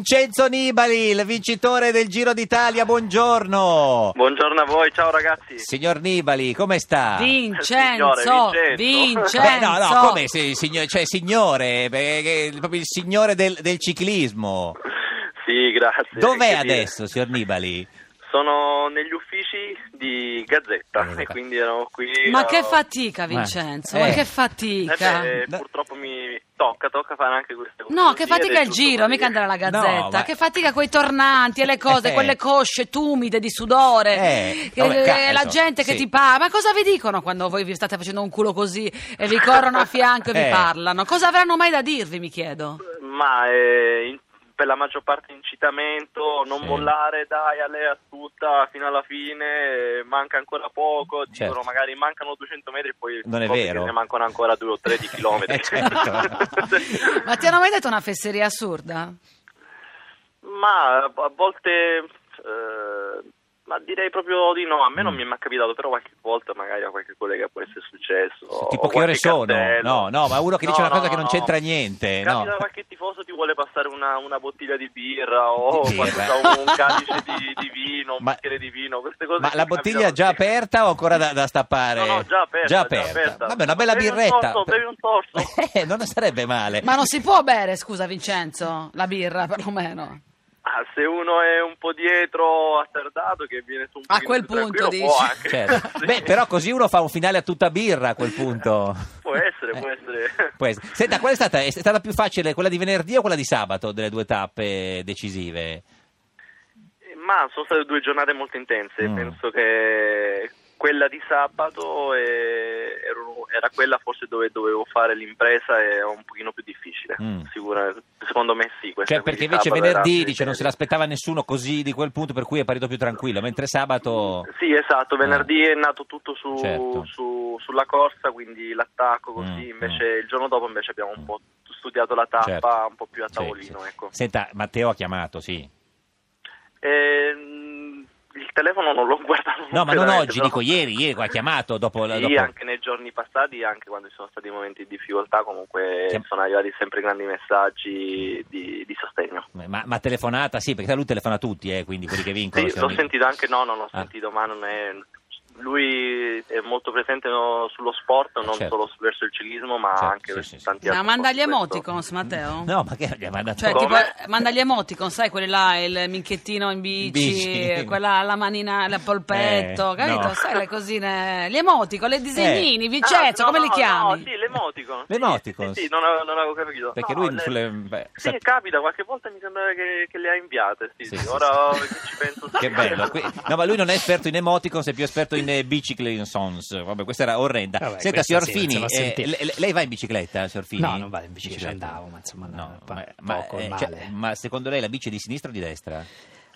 Vincenzo Nibali, il vincitore del Giro d'Italia, buongiorno. Buongiorno a voi, ciao ragazzi. Signor Nibali, come sta? Vincenzo, Signore, Vincenzo. Vincenzo. Ah. Beh, no, no, come si- signor- cioè, signore, beh, che- proprio il signore del, del ciclismo. Sì, grazie. Dov'è Che dire. adesso, signor Nibali? Sono negli uffici di Gazzetta Gazzetta. e quindi ero qui. Ma eh, che fatica, Vincenzo, Eh. ma che eh, fatica. beh, No. purtroppo mi tocca, tocca fare anche queste cose. No, Sì, che ed fatica è il giusto giro, per mica andare dire. alla No, gazzetta. ma- Che fatica quei tornanti e le cose, Eh. quelle cosce tumide di sudore. Eh, Che- vabbè, ca- eh, la insomma, gente che sì. ti parla. Ma cosa vi dicono quando voi vi state facendo un culo così e vi corrono a fianco e vi Eh. parlano? Cosa avranno mai da dirvi, mi chiedo? Ma eh, in- per la maggior parte incitamento, non Sì. mollare, dai, a lei a tutta fino alla fine, eh, manca ancora poco, dicono Certo. magari mancano 200 metri e poi Non è scopri che vero. ne mancano ancora 2 o 3 di chilometri. Eh, certo. Ma ti hanno mai detto una fesseria assurda? Ma a a volte, eh, ma direi proprio di no, a me non Mm. mi è mai capitato, però qualche volta magari a qualche collega può essere successo. o Tipo che ore Oh, qualche sono? cartello. No, no, ma uno che dice una cosa che non c'entra niente, no. Capita qualche tifoso ti vuole passare una, una bottiglia di birra o Di birra. qualcosa, un calice di, di vino, un Ma- bicchiere di vino, queste cose. Ma sì, la capitano bottiglia già sempre. aperta o ancora da, da stappare? No, no, già aperta. Già aperta. Vabbè, una bella Bevi un birretta. sorso, bevi un sorso. Eh, non sarebbe male. Ma non si può bere, scusa, Vincenzo, la birra perlomeno. Ah, se uno è un po' dietro attardato che viene su un A pochino quel più tranquillo, punto, può dici? anche. Certo. Sì. Beh, però così uno fa un finale a tutta birra a quel punto. Può essere, può Eh, essere. può essere. Senta, qual è stata, è stata più facile quella di venerdì o quella di sabato delle due tappe decisive? Eh, Ma sono state due giornate molto intense, Mm. penso che quella di sabato eh, ero- era quella forse dove dovevo fare l'impresa e un pochino più difficile, Mm. sicuramente, secondo me sì. questa, Cioè, perché quindi invece sabato era venerdì più dice non se seria. l'aspettava nessuno così di quel punto, per cui è partito più tranquillo, mentre sabato. Sì, esatto, venerdì è nato tutto su- Eh. Certo. su- sulla corsa, quindi l'attacco così, Mm, invece mm. il giorno dopo invece abbiamo un po' studiato la tappa Certo. un po' più a Sì, tavolino, sì. ecco. Senta, Matteo ha chiamato, sì. Ehm, il telefono non l'ho guardato No, ma non completamente, oggi, però- dico ieri, ieri ha chiamato dopo. la- Sì, dopo- anche nei giorni passati, anche quando ci sono stati momenti di difficoltà, comunque Sì. sono arrivati sempre grandi messaggi di, di sostegno. Ma, ma telefonata, sì, perché lui telefona tutti, eh, quindi quelli che vincono. Sì, se l'ho non- sentito anche, no, non l'ho Ah. sentito, ma non è... Lui è molto presente no, sullo sport, non Certo. solo verso il ciclismo, ma Certo, anche sì, verso sì, sì. tanti altri Ma manda gli sport. emoticons, Matteo? Mm. No, ma che gli ha mandato? Cioè, Come? tipo, eh, manda gli emoticon, sai, quelli là, il minchettino in bici, Bici. quella la manina, il polpetto, Eh, capito? no. Eh. Sai, le cosine, gli emoticon, le disegnini, Vincenzo, Ah, no, come li no, chiami? No, sì, l'emoticon. Sì, L'emoticon. Sì, sì, non, avevo, non avevo capito. Perché No, lui le- sulle- beh, Sì, sa- capita, qualche volta mi sembra che, che le ha inviate, sì, Sì, sì, sì, ora sì. che ci penso... Che bello. Qui- No, ma lui non è esperto in emoticons, è più esperto in eh, biciclinsons. Vabbè, questa era orrenda. Vabbè, Senta, questa signor sì, non Fini, se la eh, sentì. le- le- lei va in bicicletta, signor Fini? No, non vado in bicicletta, andavo, ma insomma, no, pa- poco, eh, male. cioè, ma secondo lei la bici è di sinistra o di destra?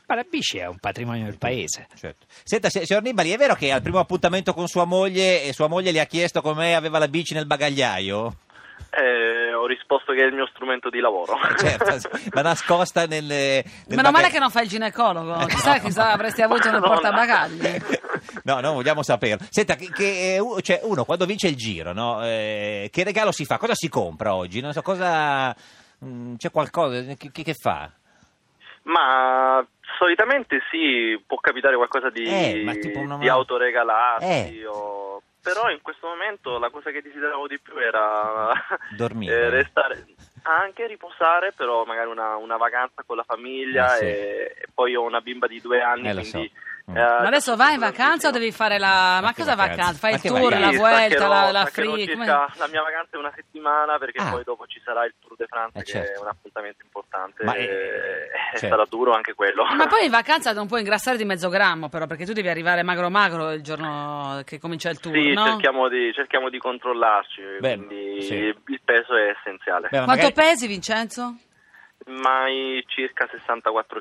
Ma la bici è un patrimonio del paese. Certo. Senta, se- signor Nibali, è vero che al primo appuntamento con sua moglie, eh, sua moglie le ha chiesto come aveva la bici nel bagagliaio? Eh, ho risposto che è il mio strumento di lavoro. Eh, Certo, sì, ma nascosta nel. eh, nel Meno male bagaglio- che non fai il Eh, ginecologo, chissà, chissà, avresti avuto nel Madonna. portabagagli. No, non vogliamo saperlo. Senta, che, che, eh, u- cioè, uno quando vince il giro, no, eh, che regalo si fa? Cosa si compra oggi? Non so cosa. mm, c'è qualcosa che, che- che fa? Ma solitamente sì, può capitare qualcosa di, Eh, ma tipo una- di autoregalarsi. Eh. o- Però in questo momento la cosa che desideravo di più era Dormire. eh, restare anche riposare, però magari una, una vacanza con la famiglia Eh, sì. e, e poi ho una bimba di due anni, Eh, lo so. quindi... Mm. eh, Ma adesso vai in vacanza o devi fare la... Ma Ma che cosa vacanza? vacanza? Fai Ma il che tour, vacanza? la Sì, vuelta, la, staccherò- la staccherò free... come- circa- La mia vacanza è una settimana perché Ah. poi dopo ci sarà il Tour de France Eh, che è certo. un appuntamento importante Ma è- e e certo. sarà duro anche quello. Ma poi in vacanza non puoi ingrassare di mezzo grammo però, perché tu devi arrivare magro magro il giorno che comincia il tour, Sì, no? cerchiamo, di, cerchiamo di controllarci, Beh, quindi sì. il peso è essenziale. Beh, ma Quanto magari- pesi, Vincenzo? Ma i circa 64 64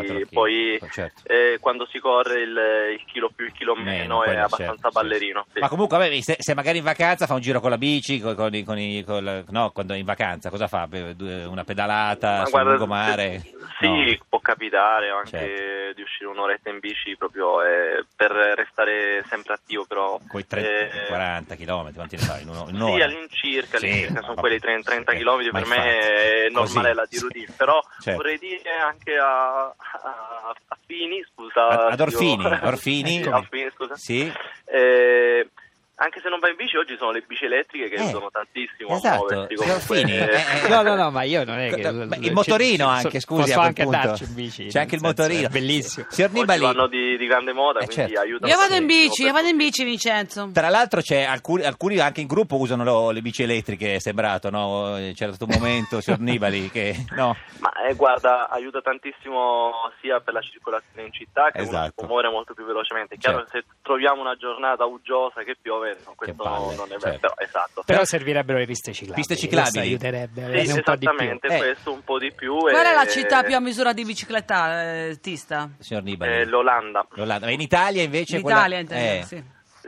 kg, chili, poi certo. eh, quando si corre il, il chilo più, il chilo meno, è quello, abbastanza certo, sì, ballerino. sì. sì. Ma comunque, vabbè, se, se magari in vacanza fa un giro con la bici, con, con i- con i- col- no, quando è in vacanza cosa fa? Beh, due- Una pedalata Ma sul guarda, lungomare? se- Sì, No. può capitare anche Certo. di uscire un'oretta in bici proprio eh, per restare sempre attivo, però... Coi eh, 30, 40 km, quanti ne fai? In uno- in Sì, un'ora? all'incirca, Sì, all'incirca ma- sono ma- quelli 30, 30 eh, km, ma per me infatti, è così, normale la di sì. routine, però Certo. vorrei dire anche a, a- a Fini, scusa. A- ad io- Orfini, Orfini. Sì, a Orfini, scusa. Sì. Eh, anche se non vai in bici, oggi sono le bici elettriche che Eh, usano tantissimo esatto, a muoversi. signor comunque. Fini, Eh, eh, No, no, no, ma io non è che... Beh, il motorino ci- anche, so- scusi. Posso a quel anche punto. andarci in bici. C'è anche il nel senso, motorino. È bellissimo. Signor oggi Nibali, vanno di, di grande moda, Eh, quindi certo. aiuta. Io vado in tantissimo bici, per io vado in tutti. bici, Vincenzo. Tra l'altro c'è alcuni, alcuni anche in gruppo usano lo- le bici elettriche, è sembrato, no? C'era stato un momento, signor Nibali, che... No, Ma eh, guarda, aiuta tantissimo sia per la circolazione in città che uno si Esatto. può muovere molto più velocemente. È chiaro Certo. che se troviamo una giornata uggiosa che piove, no, questo palle, non è vero, certo. però esatto. Però servirebbero le piste ciclabili. Piste ciclabili. Questo aiuterebbe. Sì, averne un po' di più. esattamente, Eh. questo un po' di più. Qual e- è la città più a misura di eh, biciclettista? signor Nibali. eh, L'Olanda. L'Olanda. Ma in Italia invece... In quella- Italia, intendo, eh. sì.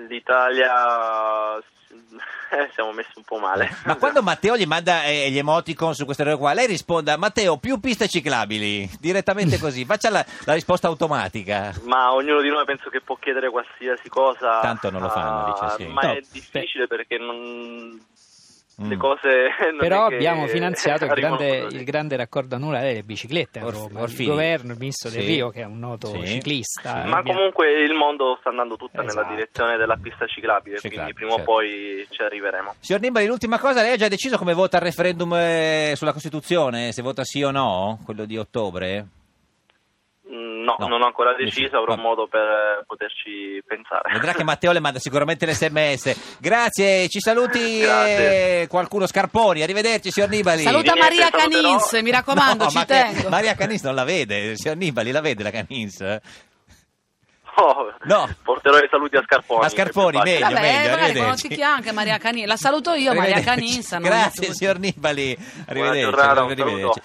L'Italia... eh, siamo messi un po' male. Ma quando Matteo gli manda eh, gli emoticon su questa roba qua, lei risponda, Matteo, più piste ciclabili, direttamente così, faccia la, la risposta automatica. Ma ognuno di noi penso che può chiedere qualsiasi cosa. Tanto non lo fanno, ah, dice, sì. Ma No, è difficile perché non... Le Mm. cose non Però è che abbiamo finanziato il arrivano grande, così. il grande raccordo anulare delle biciclette a Orf- Roma. Orfini. Il governo, il ministro Sì. De Rio, che è un noto Sì. ciclista. Sì. Ma abbia- comunque il mondo sta andando tutta nella Esatto. direzione della pista ciclabile, Ciclabile, quindi prima certo. o poi ci arriveremo. Signor Nibali, l'ultima cosa, lei ha già deciso come vota il referendum eh, sulla Costituzione, se vota sì o no, quello di ottobre? Mm, No, No. non ho ancora Dici, deciso, avrò va- modo per eh, poterci pensare. Vedrà che Matteo le manda sicuramente l'SMS. Grazie, ci saluti Grazie. eh, qualcuno Scarponi. Arrivederci, signor Nibali. Saluta Di niente, Maria saluterò. Canins, mi raccomando, No, ci ma che- tengo. Maria Canins non la vede, signor Nibali la vede la Canins. Oh, No. Porterò i saluti a Scarponi. A Scarponi, che è più meglio, facile. Vabbè, meglio, magari arrivederci. conosci anche Maria Canins. La saluto io, Maria Arrivederci. Canins. non- Grazie, signor Nibali. Arrivederci. giornata, un arrivederci. saluto.